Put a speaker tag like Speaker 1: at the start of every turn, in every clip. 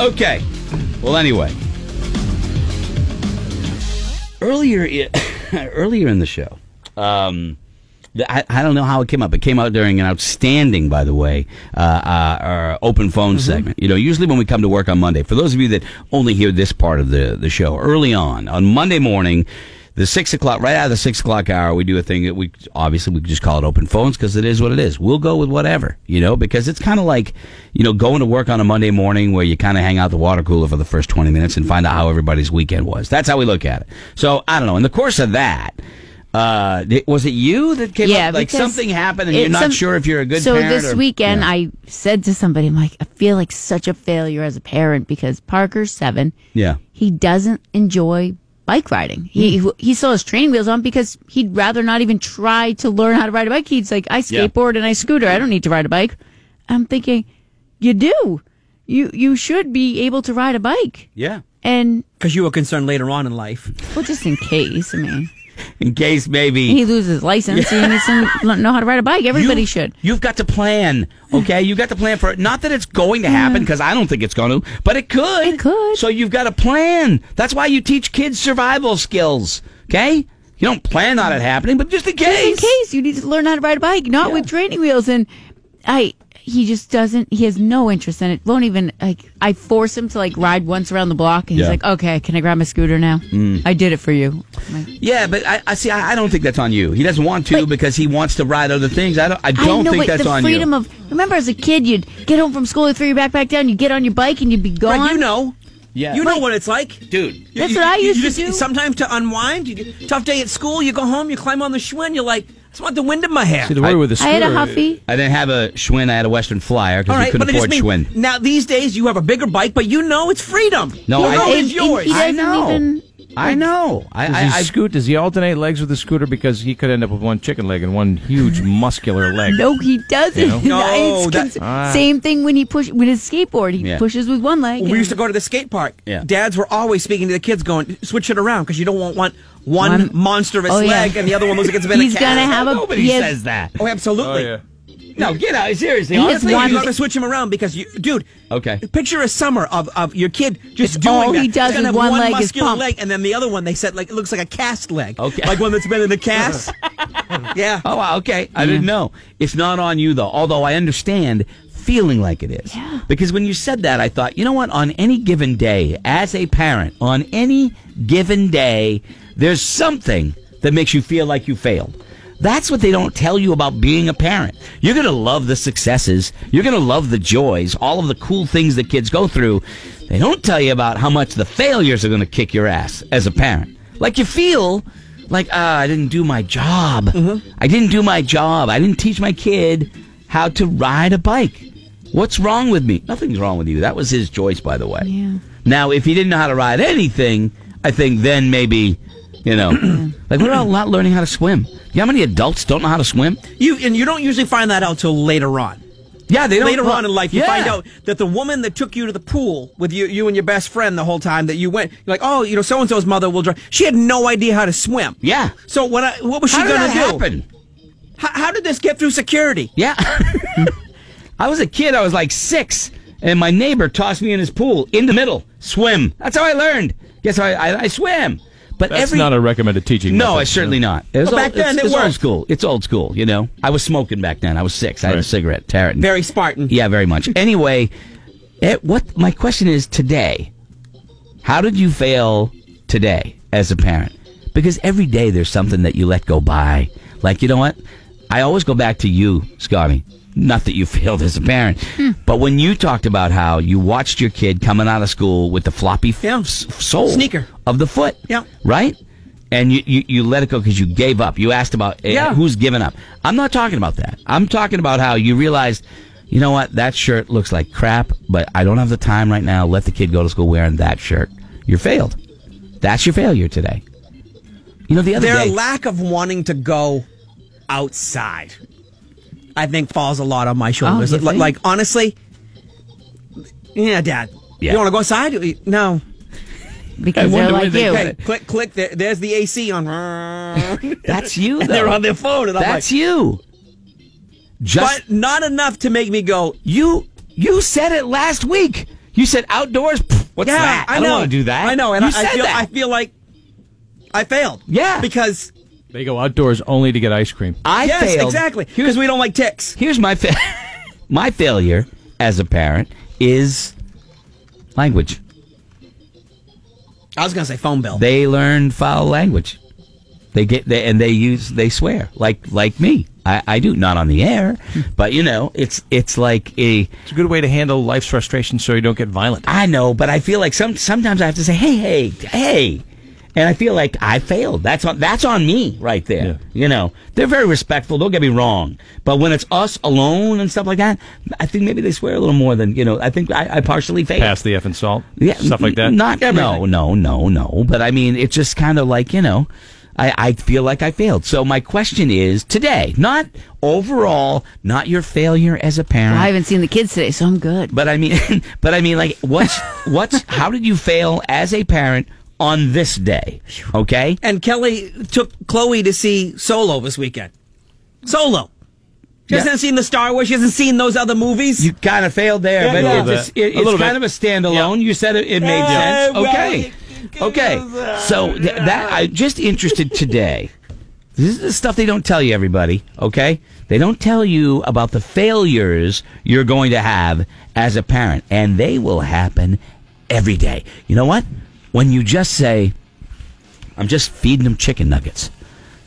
Speaker 1: Okay. Well, anyway, earlier i- earlier in the show, um, th- I, I don't know how it came up. It came out during an outstanding, by the way, uh, uh, our open phone segment. You know, usually when we come to work on Monday, for those of you that only hear this part of the the show early on on Monday morning. The six o'clock, right out of the six o'clock hour, we do a thing that we obviously we just call it open phones because it is what it is. We'll go with whatever, you know, because it's kind of like, you know, going to work on a Monday morning where you kind of hang out the water cooler for the first 20 minutes and find out how everybody's weekend was. That's how we look at it. So I don't know. In the course of that, uh, th- was it you that came
Speaker 2: Yeah,
Speaker 1: up? Like
Speaker 2: because
Speaker 1: something happened and
Speaker 2: it-
Speaker 1: you're not
Speaker 2: some-
Speaker 1: sure if you're a good
Speaker 2: so
Speaker 1: parent.
Speaker 2: this
Speaker 1: or-
Speaker 2: weekend,
Speaker 1: Yeah.
Speaker 2: I said to somebody, "I'm like, I feel like such a failure as a parent because Parker's seven.
Speaker 1: Yeah.
Speaker 2: he doesn't enjoy bike riding. He
Speaker 1: Hmm.
Speaker 2: he still has training wheels on because he'd rather not even try to learn how to ride a bike. He's like, I
Speaker 1: Yeah.
Speaker 2: skateboard and I scooter. I don't need to ride a bike. I'm thinking, you do. You you should be able to ride a bike.
Speaker 1: Yeah.
Speaker 2: And
Speaker 3: Because you were concerned later on in life.
Speaker 2: well, just in case, I mean,
Speaker 1: In case maybe.
Speaker 2: he loses his license. He needs to know how to ride a bike. Everybody
Speaker 1: You-
Speaker 2: should.
Speaker 1: You've got to plan, okay? You've got to plan for it. Not that it's going to happen, because I don't think it's going to, but it could.
Speaker 2: It could.
Speaker 1: So you've got to plan. That's why you teach kids survival skills, okay? You don't plan on it happening, but just in case.
Speaker 2: Just in case you need to learn how to ride a bike, not with training wheels. And I, he just doesn't. He has no interest in it. Won't even like. I force him to like ride once around the block, and
Speaker 1: Yeah.
Speaker 2: he's like, "Okay, can I grab my scooter now? I did it for you." I'm like,
Speaker 1: Yeah, but I, I see. I, I don't think that's on you. He doesn't want to
Speaker 2: But-
Speaker 1: because he wants to ride other things. I don't. I don't
Speaker 2: I know,
Speaker 1: think
Speaker 2: but
Speaker 1: that's
Speaker 2: the
Speaker 1: on
Speaker 2: freedom
Speaker 1: you.
Speaker 2: of. Remember, as a kid, you'd get home from school, you throw your backpack down, you get on your bike, and you'd be gone.
Speaker 3: Right, you know.
Speaker 1: Yeah.
Speaker 3: You know what it's like.
Speaker 1: dude.
Speaker 3: You-
Speaker 2: That's
Speaker 3: you-
Speaker 2: what I
Speaker 3: you
Speaker 2: used to
Speaker 3: just-
Speaker 2: do.
Speaker 3: Sometimes to unwind, you get, tough day at school, you go home, you climb on the Schwinn, you're like, I just want the wind in my hair.
Speaker 4: See, the worry with the
Speaker 2: I
Speaker 4: scooter.
Speaker 2: had a huffy.
Speaker 1: I didn't have a Schwinn. I had a Western Flyer because
Speaker 3: All
Speaker 1: we
Speaker 3: right,
Speaker 1: couldn't
Speaker 3: but I just
Speaker 1: afford
Speaker 3: mean,
Speaker 1: Schwinn.
Speaker 3: now these days you have a bigger bike, but you know it's freedom.
Speaker 1: No,
Speaker 3: you
Speaker 1: I-
Speaker 3: know
Speaker 1: and-
Speaker 3: it's
Speaker 2: and
Speaker 3: yours.
Speaker 2: he
Speaker 1: I
Speaker 2: doesn't
Speaker 1: know.
Speaker 2: even-
Speaker 1: I know. I,
Speaker 4: Does
Speaker 1: I,
Speaker 4: he
Speaker 1: I
Speaker 4: scoot? Does he alternate legs with the scooter because he could end up with one chicken leg and one huge muscular leg?
Speaker 2: No, he doesn't.
Speaker 4: You
Speaker 3: know?
Speaker 2: It's
Speaker 3: No, that-
Speaker 2: cons-
Speaker 4: Ah.
Speaker 2: same thing when he push when his skateboard. He
Speaker 1: Yeah.
Speaker 2: pushes with one leg.
Speaker 3: we
Speaker 2: and-
Speaker 3: used to go to the skate park.
Speaker 1: Yeah.
Speaker 3: Dads were always speaking to the kids, going, "Switch it around because you don't want, want one
Speaker 2: One-
Speaker 3: monstrous
Speaker 2: Oh, yeah.
Speaker 3: leg and the other one was against a bit
Speaker 2: He's
Speaker 3: of
Speaker 2: gonna
Speaker 3: calf."
Speaker 2: have a.
Speaker 1: Nobody
Speaker 2: he has-
Speaker 1: says that.
Speaker 3: Oh, absolutely.
Speaker 1: No, get out. Seriously,
Speaker 2: He has
Speaker 1: honestly,
Speaker 2: one-
Speaker 3: You got to switch him around because you, dude.
Speaker 1: Okay.
Speaker 3: Picture a summer of, of your kid just
Speaker 2: It's
Speaker 3: doing
Speaker 2: all
Speaker 3: that.
Speaker 2: he does
Speaker 3: He's gonna
Speaker 2: is
Speaker 3: have
Speaker 2: one leg is
Speaker 3: muscular
Speaker 2: pumped.
Speaker 3: leg, and then the other one they said like it looks like a cast leg.
Speaker 1: Okay.
Speaker 3: Like one that's been in the cast. yeah.
Speaker 1: Oh, wow, okay. I didn't know. It's not on you, though, although I understand feeling like it is.
Speaker 2: Yeah.
Speaker 1: Because when you said that, I thought, you know what? On any given day, as a parent, on any given day, there's something that makes you feel like you failed. That's what they don't tell you about being a parent. You're going to love the successes. You're going to love the joys, all of the cool things that kids go through. They don't tell you about how much the failures are going to kick your ass as a parent. Like you feel like ah, I didn't do my job. I didn't do my job. I didn't teach my kid how to ride a bike. What's wrong with me? Nothing's wrong with you. That was his choice, by the way.
Speaker 2: Yeah.
Speaker 1: Now, if he didn't know how to ride anything, I think then maybe, you know, like what about not learning how to swim? You know how many adults don't know how to swim?
Speaker 3: You and you don't usually find that out till later on.
Speaker 1: Yeah, they don't.
Speaker 3: Later
Speaker 1: well,
Speaker 3: on in life, you
Speaker 1: yeah.
Speaker 3: find out that the woman that took you to the pool with you, you and your best friend the whole time that you went, you're like, oh, you know, so and so's mother will drive. She had no idea how to swim.
Speaker 1: Yeah.
Speaker 3: So what? I, what was she
Speaker 1: How did
Speaker 3: gonna
Speaker 1: that
Speaker 3: do?
Speaker 1: happen?
Speaker 3: How, how did this get through security?
Speaker 1: Yeah. I was a kid, I was like six, and my neighbor tossed me in his pool in the middle. Swim. That's how I learned. Guess how I, I, I swim. But
Speaker 4: That's
Speaker 1: every
Speaker 4: not a recommended teaching.
Speaker 1: No,
Speaker 4: method.
Speaker 1: it's certainly not. It was
Speaker 3: Well, back
Speaker 1: old-
Speaker 3: then
Speaker 1: it's,
Speaker 3: it
Speaker 1: it's old
Speaker 3: worked.
Speaker 1: school. It's old school, you know. I was smoking back then. I was six. I had a
Speaker 4: Right.
Speaker 1: cigarette, tarot. and-
Speaker 3: Very Spartan.
Speaker 1: Yeah, very much. Anyway, eh, what my question is today: How did you fail today as a parent? Because every day there's something that you let go by. Like you know what? I always go back to you, Scotty. Not that you failed as a parent,
Speaker 3: Hmm.
Speaker 1: but when you talked about how you watched your kid coming out of school with the floppy f-
Speaker 3: Yeah.
Speaker 1: s- sole
Speaker 3: Sneaker.
Speaker 1: of the foot,
Speaker 3: Yeah.
Speaker 1: right? And you, you, you let it go because you gave up. You asked about eh,
Speaker 3: Yeah.
Speaker 1: who's giving up. I'm not talking about that. I'm talking about how you realized, you know what, that shirt looks like crap, but I don't have the time right now. Let the kid go to school wearing that shirt. You're failed. That's your failure today. You know, the other
Speaker 3: Their
Speaker 1: day.
Speaker 3: lack of wanting to go outside, I think, falls a lot on
Speaker 1: Oh,
Speaker 3: my shoulders.
Speaker 2: you
Speaker 3: Like-
Speaker 2: think?
Speaker 3: like honestly, yeah, Dad.
Speaker 1: Yeah.
Speaker 3: You want to go outside? No.
Speaker 2: because
Speaker 1: I
Speaker 2: they're
Speaker 1: wonder where
Speaker 2: like
Speaker 1: they
Speaker 2: you.
Speaker 1: got
Speaker 3: Hey, click, click. There, there's the AC on. and
Speaker 1: that's you, though.
Speaker 3: they're on their phone, and I'm
Speaker 1: That's
Speaker 3: like,
Speaker 1: you. Just
Speaker 3: but not enough to make me go.
Speaker 1: You you said it last week. You said outdoors. Pfft, What's
Speaker 3: yeah,
Speaker 1: that?
Speaker 3: I,
Speaker 1: don't
Speaker 3: know.
Speaker 1: want to do that.
Speaker 3: I know, and
Speaker 1: you
Speaker 3: I, I
Speaker 1: said
Speaker 3: feel
Speaker 1: that.
Speaker 3: I feel like I failed.
Speaker 1: Yeah.
Speaker 3: because
Speaker 4: They go outdoors only to get ice cream.
Speaker 1: I
Speaker 3: yes,
Speaker 1: failed.
Speaker 3: exactly.
Speaker 1: Here's
Speaker 3: Because we don't like ticks.
Speaker 1: here's my fa- my failure as a parent is language.
Speaker 3: I was gonna say phone bill.
Speaker 1: They learn foul language. They get they, and they use they swear like like me. I, I do not on the air, but you know it's it's like a
Speaker 4: It's a good way to handle life's frustration so you don't get violent.
Speaker 1: I know, but I feel like some sometimes I have to say hey hey hey, and I feel like I failed. That's on that's on me right there.
Speaker 4: Yeah.
Speaker 1: You know they're very respectful. Don't get me wrong, but when it's us alone and stuff like that, I think maybe they swear a little more than you know. I think I, I partially failed.
Speaker 4: Pass the F and salt.
Speaker 1: Yeah,
Speaker 4: Stuff like that.
Speaker 1: n- Not no, no, no, no. But I mean, it's just kind of like you know, I I feel like I failed. So my question is today, not overall, not your failure as a parent.
Speaker 2: I haven't seen the kids today, so I'm good.
Speaker 1: but I mean, but I mean, like, what's what's how did you fail as a parent on this day? Okay,
Speaker 3: and Kelly took Chloe to see Solo this weekend. Solo. She
Speaker 1: Yeah.
Speaker 3: hasn't seen the Star Wars. She hasn't seen those other movies.
Speaker 1: you kind of failed there,
Speaker 3: Yeah,
Speaker 1: but
Speaker 3: a little
Speaker 1: it's,
Speaker 4: bit.
Speaker 1: it's,
Speaker 4: A little
Speaker 1: kind
Speaker 4: bit.
Speaker 1: of a standalone. You said it, it made
Speaker 3: Yeah,
Speaker 1: sense.
Speaker 3: well,
Speaker 1: Okay,
Speaker 3: it- it-
Speaker 1: okay. So th- that I just interested today. This is the stuff they don't tell you, everybody. Okay, they don't tell you about the failures you're going to have as a parent, and they will happen every day. You know what? When you just say, "I'm just feeding them chicken nuggets,"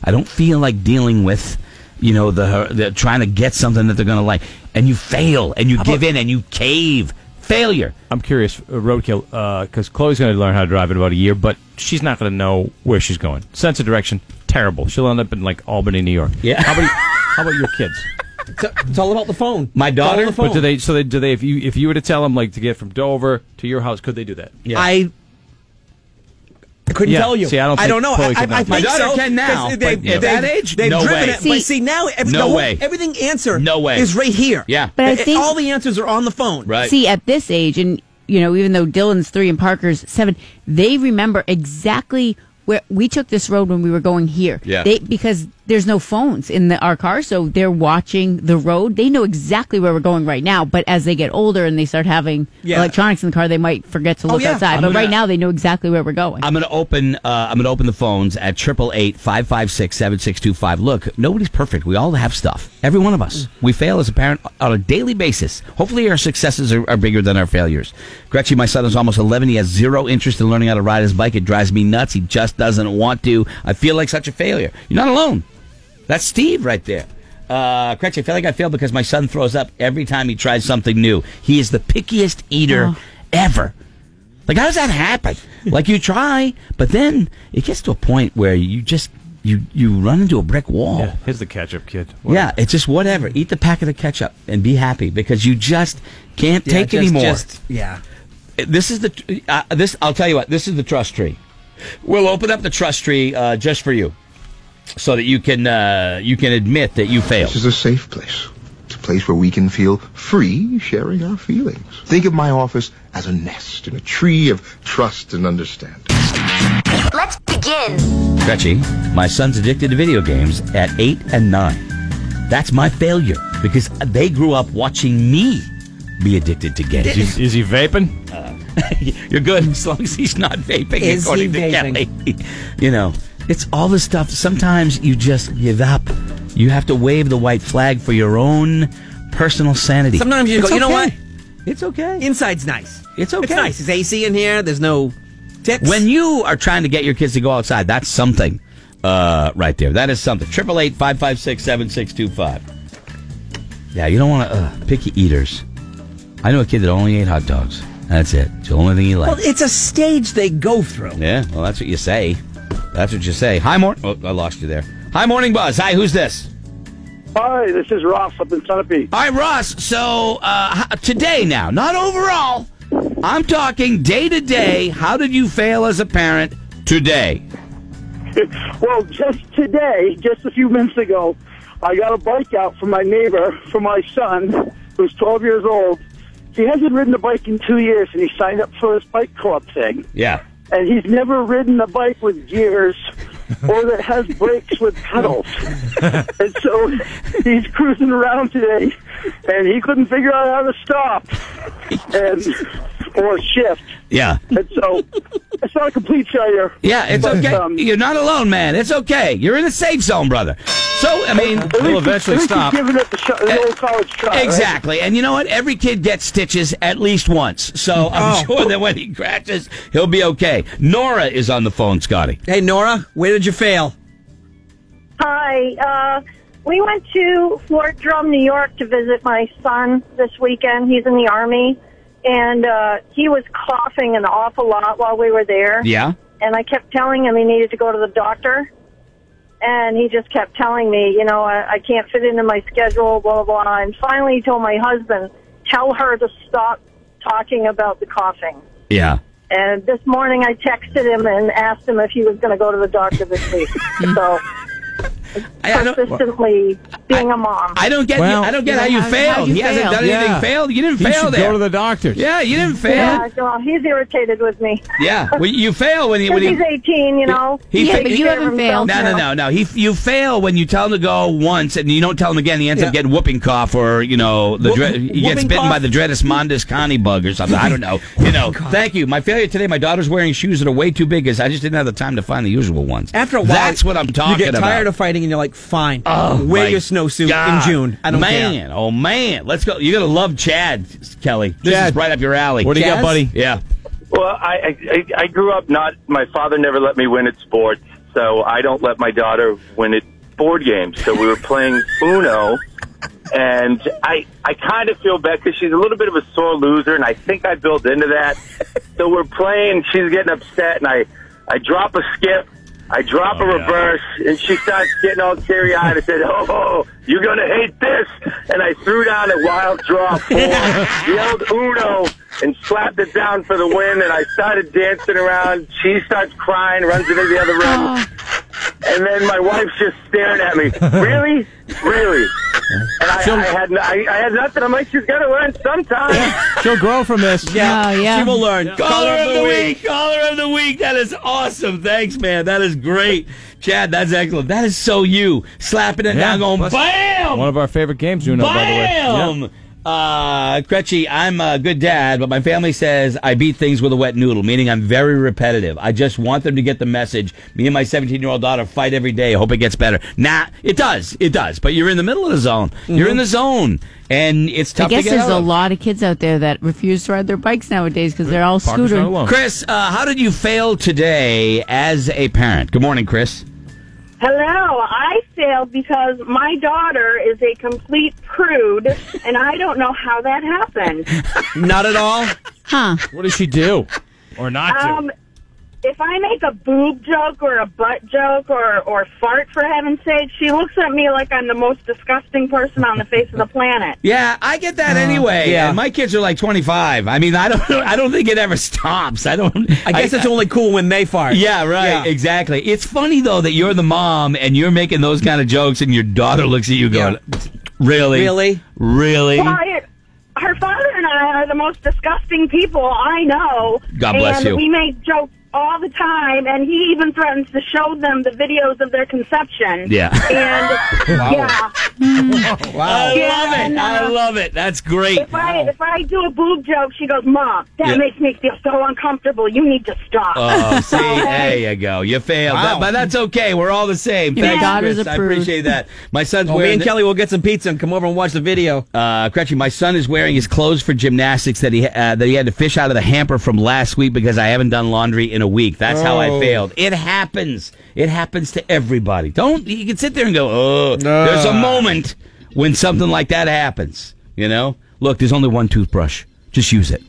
Speaker 1: I don't feel like dealing with, you know, the, the trying to get something that they're going to like, and you fail, and you give in, and you cave. Failure.
Speaker 4: I'm curious, uh, roadkill, because Chloe's going to learn how to drive in about a year, but she's not going to know where she's going. Sense of direction, terrible. She'll end up in like Albany, New York.
Speaker 1: Yeah.
Speaker 4: How about, how about your kids?
Speaker 3: It's, it's all about the phone.
Speaker 1: My
Speaker 3: It's all
Speaker 1: daughter-
Speaker 3: the phone.
Speaker 4: But do they? So they, do they? If you if you were to tell them like to get from Dover to your house, could they do that?
Speaker 1: Yeah.
Speaker 3: I. I couldn't
Speaker 4: Yeah,
Speaker 3: tell you.
Speaker 4: see, I don't think
Speaker 3: know.
Speaker 4: Chloe
Speaker 3: I,
Speaker 4: can
Speaker 3: I, I
Speaker 4: now. My
Speaker 3: think
Speaker 1: daughter
Speaker 3: so,
Speaker 1: can now,
Speaker 3: 'cause They,
Speaker 1: but at
Speaker 3: they-
Speaker 1: that age,
Speaker 3: they've
Speaker 1: no
Speaker 3: driven
Speaker 1: way.
Speaker 3: it. But
Speaker 2: See-
Speaker 3: see now, every,
Speaker 1: No
Speaker 3: the whole-
Speaker 1: way.
Speaker 3: Everything answered.
Speaker 1: No way.
Speaker 3: Is right here.
Speaker 1: Yeah.
Speaker 2: But I
Speaker 3: It- it-
Speaker 2: think-
Speaker 3: all the answers are on the phone.
Speaker 1: Right.
Speaker 2: See, at this age, and you know, even though Dylan's three and Parker's seven, they remember exactly where we took this road when we were going here.
Speaker 1: Yeah.
Speaker 2: They because there's no phones in the, our car, so they're watching the road. They know exactly where we're going right now. But as they get older and they start having
Speaker 3: Yeah.
Speaker 2: electronics in the car, they might forget to look
Speaker 3: yeah.
Speaker 2: outside.
Speaker 1: I'm
Speaker 2: but right
Speaker 1: gonna-
Speaker 2: now, they Oh, know exactly where we're going.
Speaker 1: I'm gonna open. Uh, I'm gonna open the phones at triple eight five five six seven six two five. Look, nobody's perfect. We all have stuff. Every one of
Speaker 2: Mm.
Speaker 1: us. We fail as a parent on a daily basis. Hopefully, our successes are, are bigger than our failures. Gretchen, my son is almost 11. He has zero interest in learning how to ride his bike. It drives me nuts. He just doesn't want to. I feel like such a failure. You're not alone. That's Steve right there. Uh, Gretchen, I feel like I failed because my son throws up every time he tries something new. He is the pickiest eater
Speaker 2: Oh.
Speaker 1: ever. Like, how does that happen? Like, you try, but then it gets to a point where you just you you run into a brick wall.
Speaker 4: Yeah.
Speaker 1: Yeah.
Speaker 4: Here's the catch-up kid.
Speaker 1: it's just whatever. Eat the packet of ketchup and be happy because you just can't
Speaker 3: Yeah,
Speaker 1: take
Speaker 3: just-
Speaker 1: anymore.
Speaker 3: just- yeah.
Speaker 1: This is the uh, this. I'll tell you what. This is the trust tree. We'll open up the trust tree uh, just for you, so that you can uh, you can admit that you failed.
Speaker 5: This is a safe place. It's a place where we can feel free sharing our feelings. Think of my office as a nest in a tree of trust and understanding.
Speaker 6: Let's begin.
Speaker 1: Gretchen, my son's addicted to video games at eight and nine. That's my failure because they grew up watching me be addicted to games.
Speaker 4: Is he, is he vaping?
Speaker 1: You're good as long as he's not vaping,
Speaker 3: Is he
Speaker 1: according to
Speaker 3: vaping?
Speaker 1: Kelly. you know, it's all this stuff. Sometimes you just give up. You have to wave the white flag for your own personal sanity.
Speaker 3: Sometimes you
Speaker 1: It's
Speaker 3: go, you know
Speaker 1: okay.
Speaker 3: what?
Speaker 1: It's okay.
Speaker 3: Inside's nice.
Speaker 1: It's okay.
Speaker 3: It's nice. There's AC in here. There's no ticks.
Speaker 1: When you are trying to get your kids to go outside, that's something uh, right there. That is something. 888 556 7625. Yeah, you don't want to. Uh, picky eaters. I know a kid that only ate hot dogs. That's it. It's the only thing he
Speaker 3: well,
Speaker 1: liked.
Speaker 3: it's a stage they go through.
Speaker 1: yeah, well, that's what you say. That's what you say. Hi, morning. Oh, I lost you there. Hi, morning buzz. Hi, who's this?
Speaker 7: Hi, this is Ross up in Sunapee.
Speaker 1: All right, Ross. So uh, h- today now, not overall. I'm talking day to day. How did you fail as a parent today?
Speaker 7: well, just today, just a few minutes ago, I got a bike out from my neighbor for my son, who's 12 years old. He hasn't ridden a bike in two years, and he signed up for this bike club thing.
Speaker 1: Yeah.
Speaker 7: And he's never ridden a bike with gears or that has brakes with pedals. and so he's cruising around today, and he couldn't figure out how to stop and or shift.
Speaker 1: Yeah.
Speaker 7: And so it's not a complete failure.
Speaker 1: Yeah, it's
Speaker 7: But,
Speaker 1: okay.
Speaker 7: um,
Speaker 1: You're not alone, man. It's okay. You're in the safe zone, brother. So, I mean,
Speaker 7: At
Speaker 4: We'll
Speaker 7: least he-
Speaker 4: eventually
Speaker 7: at least he's
Speaker 4: stop.
Speaker 7: giving it the, shot, the
Speaker 1: Eh,
Speaker 7: old college try. right?
Speaker 1: exactly. And you know what? Every kid gets stitches at least once. So
Speaker 7: Oh.
Speaker 1: I'm sure that when he crashes, he'll be okay. Nora is on the phone, Scotty.
Speaker 3: Hey, Nora, where did you fail?
Speaker 8: Hi. Uh, we went to Fort Drum, New York to visit my son this weekend. He's in the Army. And uh, he was coughing an awful lot while we were there.
Speaker 1: Yeah?
Speaker 8: And I kept telling him he needed to go to the doctor. And he just kept telling me, you know, I, I can't fit into my schedule, blah, blah, blah. And finally he told my husband, tell her to stop talking about the coughing.
Speaker 1: Yeah.
Speaker 8: And this morning I texted him and asked him if he was going to go to the doctor this week. so
Speaker 1: I, I don't,
Speaker 8: persistently being a mom.
Speaker 1: I don't get
Speaker 4: Well-
Speaker 1: you. I don't get
Speaker 2: Yeah,
Speaker 1: how you
Speaker 2: how-
Speaker 1: failed.
Speaker 2: how you
Speaker 1: he hasn't
Speaker 2: failed.
Speaker 1: done anything
Speaker 4: Yeah.
Speaker 1: failed. You didn't
Speaker 4: He
Speaker 1: fail
Speaker 4: should
Speaker 1: there.
Speaker 4: go to the doctor.
Speaker 1: yeah, you didn't fail.
Speaker 8: yeah, well, he's irritated with me.
Speaker 1: Yeah, well, you fail when you
Speaker 8: Because
Speaker 1: when
Speaker 8: he's
Speaker 1: you.
Speaker 8: 18, you know.
Speaker 1: He Yeah, fa- but
Speaker 8: takes
Speaker 2: you
Speaker 8: care of
Speaker 2: haven't
Speaker 8: himself
Speaker 2: failed.
Speaker 1: No, no,
Speaker 8: now.
Speaker 1: no, no. He you fail when you tell him to go once and you don't tell him again. He ends
Speaker 3: Yeah.
Speaker 1: up getting whooping cough or you know the
Speaker 3: Whoop-
Speaker 1: dre- he gets
Speaker 3: whooping
Speaker 1: bitten
Speaker 3: cough?
Speaker 1: by the Dreadus mondus connie bug or something. I don't know. You know. Thank you. My failure today. My daughter's wearing shoes that are way too big because I just didn't have the time to find the usual ones.
Speaker 3: After a while,
Speaker 1: that's what I'm talking
Speaker 3: You get
Speaker 1: about.
Speaker 3: tired of fighting, and you're like, fine,
Speaker 1: Oh,
Speaker 3: wear
Speaker 1: my
Speaker 3: your snowsuit
Speaker 1: God.
Speaker 3: in June. I don't
Speaker 1: man,
Speaker 3: care.
Speaker 1: oh man, let's go. You're gonna love Chad Kelly. This
Speaker 4: Chad.
Speaker 1: is right up your alley.
Speaker 4: What do you got,
Speaker 3: Jazz?
Speaker 4: buddy?
Speaker 1: Yeah.
Speaker 9: Well, I, I I- I grew up not. My father never let me win at sports, so I don't let my daughter win at board games. So we were playing Uno, and I I kind of feel bad because she's a little bit of a sore loser, and I think I built into that. So we're playing. She's getting upset, and I I drop a skip. I drop a
Speaker 1: yeah.
Speaker 9: reverse, and she starts getting all teary-eyed. and said, "Oh, oh, you're gonna hate this!" And I threw down a wild draw four, yelled "Uno," and slapped it down for the win. And I started dancing around. She starts crying, runs into the other room, and then my wife's just staring at me. Really, really. And I, I had n- I, I had nothing. I'm like, she's gonna learn sometime.
Speaker 4: She'll grow from this.
Speaker 2: Oh, yeah.
Speaker 3: She will learn.
Speaker 1: Caller of the week. Caller of the week. That is awesome. Thanks, man. That is great. Chad, that's excellent. That is so you. Slapping it
Speaker 4: Yeah.
Speaker 1: down, going,
Speaker 4: Plus-
Speaker 1: bam!
Speaker 4: One of our favorite games, Uno, by the way.
Speaker 1: bam!
Speaker 4: Yeah.
Speaker 1: Uh, Crutchy, I'm a good dad, but my family says I beat things with a wet noodle, meaning I'm very repetitive. I just want them to get the message. Me and my 17 year old daughter fight every day. Hope it gets better. Nah, it does. It does. But you're in the middle of the zone. You're in the zone. And it's tough
Speaker 2: I guess
Speaker 1: to get
Speaker 2: there's
Speaker 1: out
Speaker 2: a
Speaker 1: of.
Speaker 2: lot of kids out there that refuse to ride their bikes nowadays because they're all
Speaker 4: Parker's not
Speaker 2: scootering.
Speaker 4: alone.
Speaker 1: Chris, uh, how did you fail today as a parent? Good morning, Chris.
Speaker 8: Hello, I failed because my daughter is a complete prude, and I don't know how that happened.
Speaker 3: Not at all.
Speaker 4: What does she do? Or not do?
Speaker 8: Um, if I make a boob joke or a butt joke or, or fart, for heaven's sake, she looks at me like I'm the most disgusting person on the face of the planet.
Speaker 1: Yeah, I get that anyway.
Speaker 3: Uh, yeah.
Speaker 1: And my kids are like 25. I mean, I don't I don't think it ever stops. I don't
Speaker 3: I guess it's only cool when they fart.
Speaker 1: Yeah,
Speaker 3: Yeah.
Speaker 1: right. Exactly. It's funny though that you're the mom and you're making those kind of jokes and your daughter looks at you going, "Really?
Speaker 3: Really?
Speaker 1: Really?"
Speaker 8: Wyatt, her father and I are the most disgusting people I know.
Speaker 1: God bless
Speaker 8: and
Speaker 1: you.
Speaker 8: We make jokes all the time, and he even threatens to show them the videos of their conception.
Speaker 1: Yeah.
Speaker 8: And yeah,
Speaker 1: I
Speaker 8: Yeah,
Speaker 1: love it.
Speaker 8: and, uh,
Speaker 1: I love it. That's great.
Speaker 8: if I if I do a boob joke, she goes, "Mom, that
Speaker 1: Yeah.
Speaker 8: makes me feel so uncomfortable. You need to stop."
Speaker 1: Oh, see, there you go. You failed,
Speaker 3: Wow.
Speaker 1: but that's okay. We're all the same.
Speaker 2: Your
Speaker 1: Thanks,
Speaker 2: daughter's
Speaker 1: Chris. I
Speaker 2: approved.
Speaker 1: appreciate that. My son's
Speaker 3: Well,
Speaker 1: wearing
Speaker 3: me and
Speaker 1: the-
Speaker 3: Kelly will get some pizza and come over and watch the video.
Speaker 1: Uh, Gretchen, my son is wearing his clothes for gymnastics that he uh, that he had to fish out of the hamper from last week because I haven't done laundry in a week. That's how
Speaker 3: Oh.
Speaker 1: I failed. It happens. It happens to everybody. Don't you can sit there and go, oh, there's a moment when something like that happens. You know, look, there's only one toothbrush. Just use it.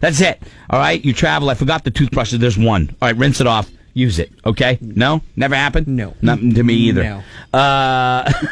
Speaker 1: That's it. All right, you travel. I forgot the toothbrushes. There's one. All right, rinse it off. Use it. Okay. No, never happened.
Speaker 3: No.
Speaker 1: nothing to me either.
Speaker 3: No.
Speaker 1: Uh,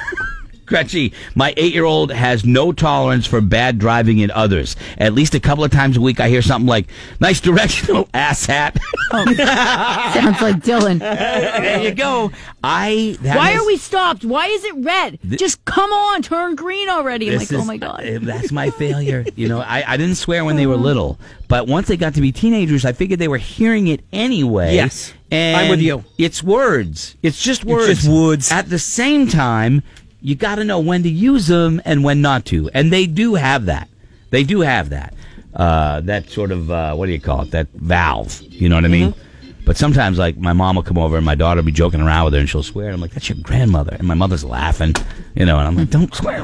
Speaker 1: Gretchy, my eight year old has no tolerance for bad driving in others. At least a couple of times a week, I hear something like, nice direction, little asshat.
Speaker 2: Sounds like Dylan.
Speaker 1: there you go. I. that
Speaker 2: Why
Speaker 1: is-
Speaker 2: are we stopped? Why is it red? Just come on, turn green already. I'm like,
Speaker 1: This
Speaker 2: oh
Speaker 1: is-
Speaker 2: my god. Oh.
Speaker 1: uh, That's my failure. You know, I, I didn't swear when they were little, but once they got to be teenagers, I figured they were hearing it anyway.
Speaker 3: Yes.
Speaker 1: And
Speaker 3: I'm with you.
Speaker 1: It's words. It's just words.
Speaker 3: just words.
Speaker 1: At the same time, you got to know when to use them and when not to. And they do have that. They do have that. Uh, that sort of, uh, what do you call it? That valve. You know what I mean?
Speaker 2: Mm-hmm.
Speaker 1: But sometimes, like, my mom will come over and my daughter will be joking around with her and she'll swear. And I'm like, that's your grandmother. And my mother's laughing, you know, and I'm like, don't swear.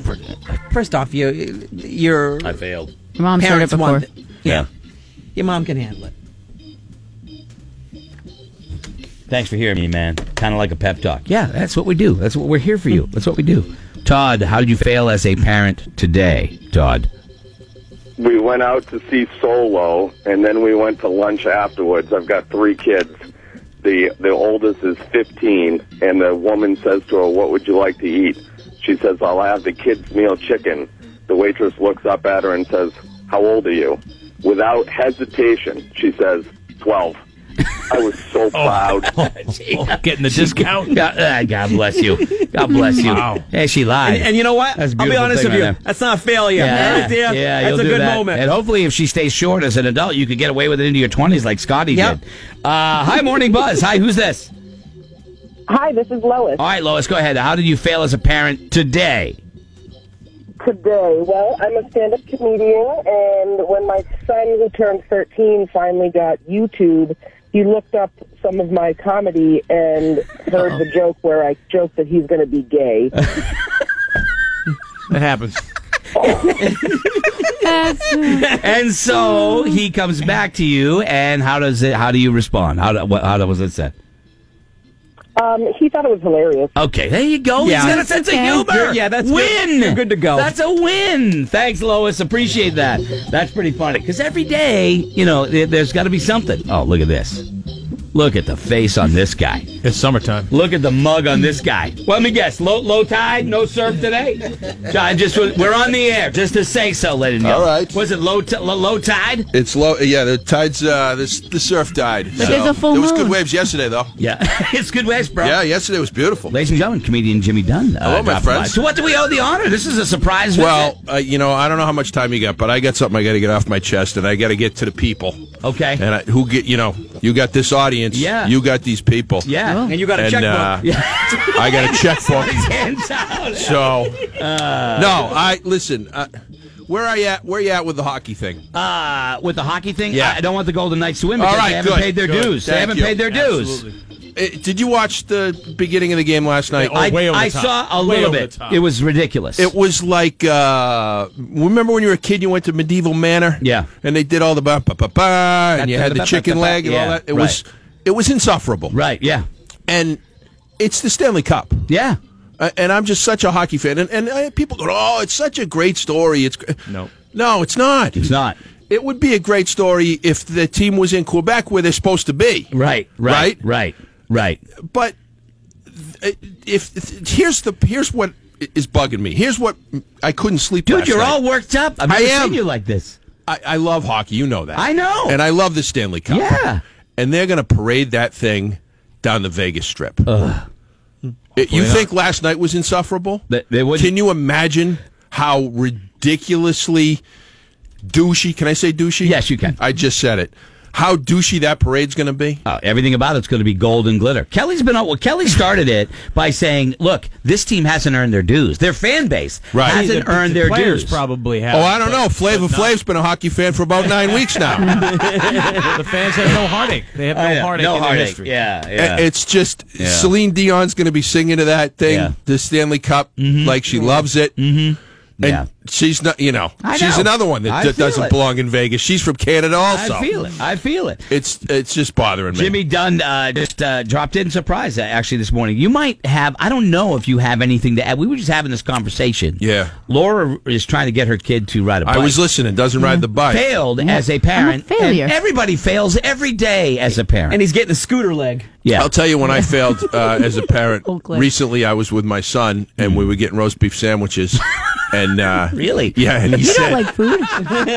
Speaker 3: First off, you, your
Speaker 1: I failed.
Speaker 2: Your mom showed it
Speaker 3: parents
Speaker 2: before.
Speaker 3: want. Yeah. Your mom can handle it.
Speaker 1: Thanks for hearing me, man. Kind of like a pep talk. Yeah, that's what we do. That's what we're here for you. That's what we do. Todd, how did you fail as a parent today, Todd?
Speaker 9: We went out to see Solo, and then we went to lunch afterwards. I've got three kids. The the oldest is 15, and the woman says to her, "What would you like to eat?" She says, "I'll have the kids' meal chicken." The waitress looks up at her and says, "How old are you?" Without hesitation, she says, 12. I was so
Speaker 1: Oh.
Speaker 9: proud.
Speaker 10: Oh,
Speaker 4: Getting the discount.
Speaker 1: God, ah, God bless you. God bless you.
Speaker 4: Wow.
Speaker 1: Hey, she lied.
Speaker 3: And, and you know what?
Speaker 1: That's a
Speaker 3: I'll be
Speaker 1: beautiful
Speaker 3: honest
Speaker 1: thing
Speaker 3: with you.
Speaker 1: right there.
Speaker 3: That's not a failure.
Speaker 1: yeah,
Speaker 3: Right there.
Speaker 1: yeah,
Speaker 3: that's
Speaker 1: you'll
Speaker 3: a
Speaker 1: do
Speaker 3: good
Speaker 1: that.
Speaker 3: moment.
Speaker 1: And hopefully, if she stays short as an adult, you could get away with it into your twenties, like Scotty
Speaker 3: Yep.
Speaker 1: did. Uh, hi, morning buzz. Hi, who's this?
Speaker 11: Hi, this is Lois.
Speaker 1: All right, Lois, go ahead. How did you fail as a parent today?
Speaker 11: Today, well, I'm a stand-up comedian, and when my son, who turned 13, finally got YouTube, he looked up some of my comedy and heard the joke where I joked that he's going to be gay.
Speaker 4: That happens.
Speaker 1: And so he comes back to you, and how does it? How do you respond? How do, what, how was it said?
Speaker 11: um, he thought it was hilarious.
Speaker 1: Okay, there you go.
Speaker 3: Yeah.
Speaker 1: He's got a sense
Speaker 2: Okay.
Speaker 1: of humor.
Speaker 3: You're- yeah, that's good.
Speaker 1: win.
Speaker 3: You're good to go.
Speaker 1: That's a win. Thanks, Lois. Appreciate that. That's pretty funny because every day, you know, there- there's got to be something. Oh, look at this. Look at the face on this guy.
Speaker 4: It's summertime.
Speaker 1: Look at the mug on this guy. Well, let me guess. Low, low tide, no surf today. John, just we're on the air just to say so, ladies and
Speaker 10: All
Speaker 1: gentlemen.
Speaker 10: right.
Speaker 1: Was it low t- low, low tide?
Speaker 10: It's low. Yeah, the tides. Uh, this the surf died. But
Speaker 2: there's a full
Speaker 10: There was
Speaker 2: moon.
Speaker 10: good waves yesterday, though.
Speaker 1: Yeah, it's good west, bro.
Speaker 10: Yeah, yesterday was beautiful.
Speaker 1: Ladies and gentlemen, comedian Jimmy Dunn. uh,
Speaker 10: Hello, my
Speaker 1: dropped
Speaker 10: friends.
Speaker 1: by. To what do we owe the honor? This is a surprise.
Speaker 10: Well, uh, you know, I don't know how much time you got, but I got something I got to get off my chest, and I got to get to the people.
Speaker 1: visit. okay.
Speaker 10: And I, who get you know, you got this audience.
Speaker 1: Yeah.
Speaker 10: You got these people.
Speaker 1: yeah.
Speaker 3: and you got a
Speaker 10: And
Speaker 3: checkbook.
Speaker 10: uh, I got a checkbook.
Speaker 1: Hands out.
Speaker 10: So
Speaker 1: Uh.
Speaker 10: no, I listen. Uh, where are you at? Where you at with the hockey thing?
Speaker 1: Uh, with the hockey thing,
Speaker 10: Yeah.
Speaker 1: I I don't want the Golden Knights to win because they haven't
Speaker 10: good,
Speaker 1: paid their
Speaker 10: good.
Speaker 1: dues. they
Speaker 10: Thank
Speaker 1: haven't
Speaker 10: you.
Speaker 1: paid their dues.
Speaker 10: Absolutely. Uh, did you watch the beginning of the game last night?
Speaker 4: Yeah, Oh,
Speaker 1: I,
Speaker 4: way over
Speaker 1: I
Speaker 4: the top.
Speaker 1: saw a
Speaker 4: Way
Speaker 1: little
Speaker 4: over the
Speaker 1: bit.
Speaker 4: top.
Speaker 1: It was ridiculous.
Speaker 10: It was like uh, remember when you were a kid, you went to medieval manor,
Speaker 1: Yeah.
Speaker 10: and they did all the ba ba ba ba, and you had the chicken leg and all
Speaker 1: Yeah,
Speaker 10: that. It
Speaker 1: right.
Speaker 10: was uh, it was insufferable,
Speaker 1: right. Yeah.
Speaker 10: And it's the Stanley Cup,
Speaker 1: Yeah.
Speaker 10: Uh, and I'm just such a hockey fan, and and uh, people go, oh, it's such a great story. It's gr-"
Speaker 4: No.
Speaker 10: no, it's not.
Speaker 1: It's not.
Speaker 10: It would be a great story if the team was in Quebec where they're supposed to be,
Speaker 1: Right. Right.
Speaker 10: Right?
Speaker 1: Right. Right.
Speaker 10: but th- if, if here's the here's what is bugging me. Here's what I couldn't sleep.
Speaker 1: Dude,
Speaker 10: last
Speaker 1: you're
Speaker 10: night.
Speaker 1: all worked up. I've
Speaker 10: I
Speaker 1: never
Speaker 10: am.
Speaker 1: seen you like this.
Speaker 10: I, I love hockey. You know that.
Speaker 1: I know.
Speaker 10: And I love the Stanley Cup.
Speaker 1: Yeah.
Speaker 10: And they're going to parade that thing down the Vegas Strip. It- you think last night was insufferable?
Speaker 1: They- they wouldn't-
Speaker 10: Can you imagine how ridiculously douchey? Can I say douchey?
Speaker 1: Yes, you can.
Speaker 10: I just said it. How douchey that parade's going to be?
Speaker 1: Oh, everything about it's going to be gold and glitter. Kelly's been on. Well, Kelly started it by saying, "Look, this team hasn't earned their dues. Their fan base
Speaker 10: Right.
Speaker 1: hasn't
Speaker 4: The- the
Speaker 1: earned their
Speaker 4: players
Speaker 1: dues."
Speaker 4: probably have.
Speaker 10: oh, I don't know. Flavor Flav's been a hockey fan for about nine weeks now.
Speaker 4: The fans have no heartache. They have no
Speaker 1: I know.
Speaker 4: heartache
Speaker 1: No
Speaker 4: in their
Speaker 1: heartache.
Speaker 4: history.
Speaker 1: Yeah, yeah.
Speaker 10: I- It's just
Speaker 1: Yeah.
Speaker 10: Celine Dion's going to be singing to that thing,
Speaker 1: Yeah.
Speaker 10: the Stanley Cup, like she loves it. Mm-hmm. And she's not, you know,
Speaker 1: I
Speaker 10: she's
Speaker 1: know.
Speaker 10: another one that
Speaker 1: I
Speaker 10: d-
Speaker 1: feel
Speaker 10: doesn't
Speaker 1: it.
Speaker 10: belong in Vegas. She's from Canada, also.
Speaker 1: I feel it. I feel it.
Speaker 10: It's it's just bothering me.
Speaker 1: Jimmy Dunn uh, just uh, dropped in surprise uh, actually this morning. You might have I don't know if you have anything to add. We were just having this conversation. Yeah, Laura is trying to get her kid to ride a bike.
Speaker 10: I was listening. Doesn't
Speaker 1: Mm-hmm.
Speaker 10: ride the bike.
Speaker 1: Failed as a parent. and everybody fails every day as a parent.
Speaker 3: And he's getting a scooter leg.
Speaker 1: Yeah.
Speaker 10: I'll tell you when I failed uh, as a parent.
Speaker 1: Oh,
Speaker 10: Recently, I was with my son, and we were getting roast beef sandwiches. And uh,
Speaker 1: really,
Speaker 10: yeah, and he
Speaker 2: you
Speaker 10: said,
Speaker 2: don't like food.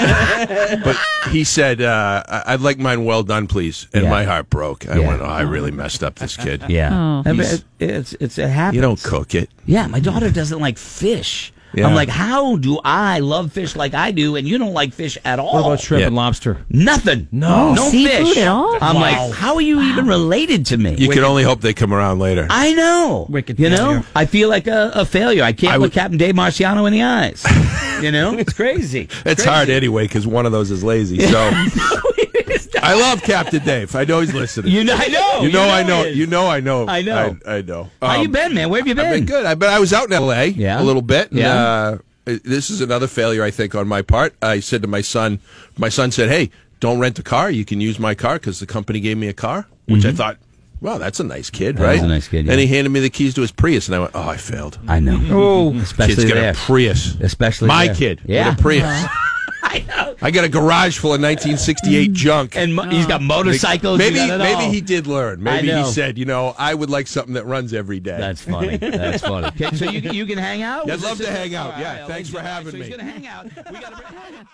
Speaker 10: but he said, uh, I- "I'd like mine well done, please." And
Speaker 1: Yeah.
Speaker 10: my heart broke. I
Speaker 1: Yeah.
Speaker 10: went, "Oh, I really messed up this kid."
Speaker 4: Oh.
Speaker 1: Yeah, I mean,
Speaker 10: He's-
Speaker 1: it- it's it's it happens.
Speaker 10: you don't cook it.
Speaker 1: Yeah, my daughter doesn't like fish.
Speaker 10: Yeah.
Speaker 1: I'm like, how do I love fish like I do, and you don't like fish at all?
Speaker 4: What about shrimp and lobster?
Speaker 1: Nothing.
Speaker 4: No.
Speaker 1: no
Speaker 4: Seafood
Speaker 1: fish
Speaker 4: at all?
Speaker 1: I'm
Speaker 4: Wow.
Speaker 1: like, how are you even related to me?
Speaker 10: You can only hope they come around later.
Speaker 1: I know. Wicked you know, I feel like a, a failure. I can't look Captain Dave Marciano in the eyes. You know, it's crazy.
Speaker 10: It's hard anyway because one of those is lazy. So I love Captain Dave. I know he's listening.
Speaker 1: You know- I know.
Speaker 10: You
Speaker 1: You
Speaker 10: know.
Speaker 1: know
Speaker 10: I know.
Speaker 1: it.
Speaker 10: You know. I know.
Speaker 1: I know.
Speaker 10: I, I know.
Speaker 1: How
Speaker 10: Um,
Speaker 1: you been, man? Where have you been?
Speaker 10: I've been good. I but I was out in L.A.
Speaker 1: Yeah.
Speaker 10: a little bit. and,
Speaker 1: Yeah.
Speaker 10: uh, it- this is another failure I think on my part. I said to my son. My son said, "Hey, don't rent a car. You can use my car because the company gave me a car." Which I
Speaker 1: Mhm.
Speaker 10: thought, "Wow, that's a nice kid,
Speaker 1: That
Speaker 10: right?"
Speaker 1: is a nice kid, yeah.
Speaker 10: And he handed me the keys to his Prius, and I went, "Oh, I failed."
Speaker 1: I know.
Speaker 10: Oh,
Speaker 1: Especially
Speaker 10: kid's got
Speaker 1: there.
Speaker 10: a Prius.
Speaker 1: Especially
Speaker 10: my
Speaker 1: there.
Speaker 10: kid.
Speaker 1: Yeah.
Speaker 10: with a Prius.
Speaker 1: Yeah.
Speaker 10: I got a garage full of 1968 junk,
Speaker 1: And mo- he's got motorcycles,
Speaker 10: Maybe,
Speaker 1: he's got it
Speaker 10: maybe
Speaker 1: all.
Speaker 10: he did learn.
Speaker 1: I
Speaker 10: Maybe he
Speaker 1: know.
Speaker 10: said, "You know, I would like something that runs every day."
Speaker 1: That's funny. That's funny. Okay, so you, you can hang out?
Speaker 10: Yeah, I'd
Speaker 1: Was
Speaker 10: love
Speaker 1: this
Speaker 10: to
Speaker 1: it?
Speaker 10: hang out.
Speaker 1: All right,
Speaker 10: Yeah,
Speaker 1: I'll
Speaker 10: thanks
Speaker 1: let
Speaker 10: for
Speaker 1: you-
Speaker 10: having
Speaker 1: so
Speaker 10: me.
Speaker 1: He's going to hang out. We got to bring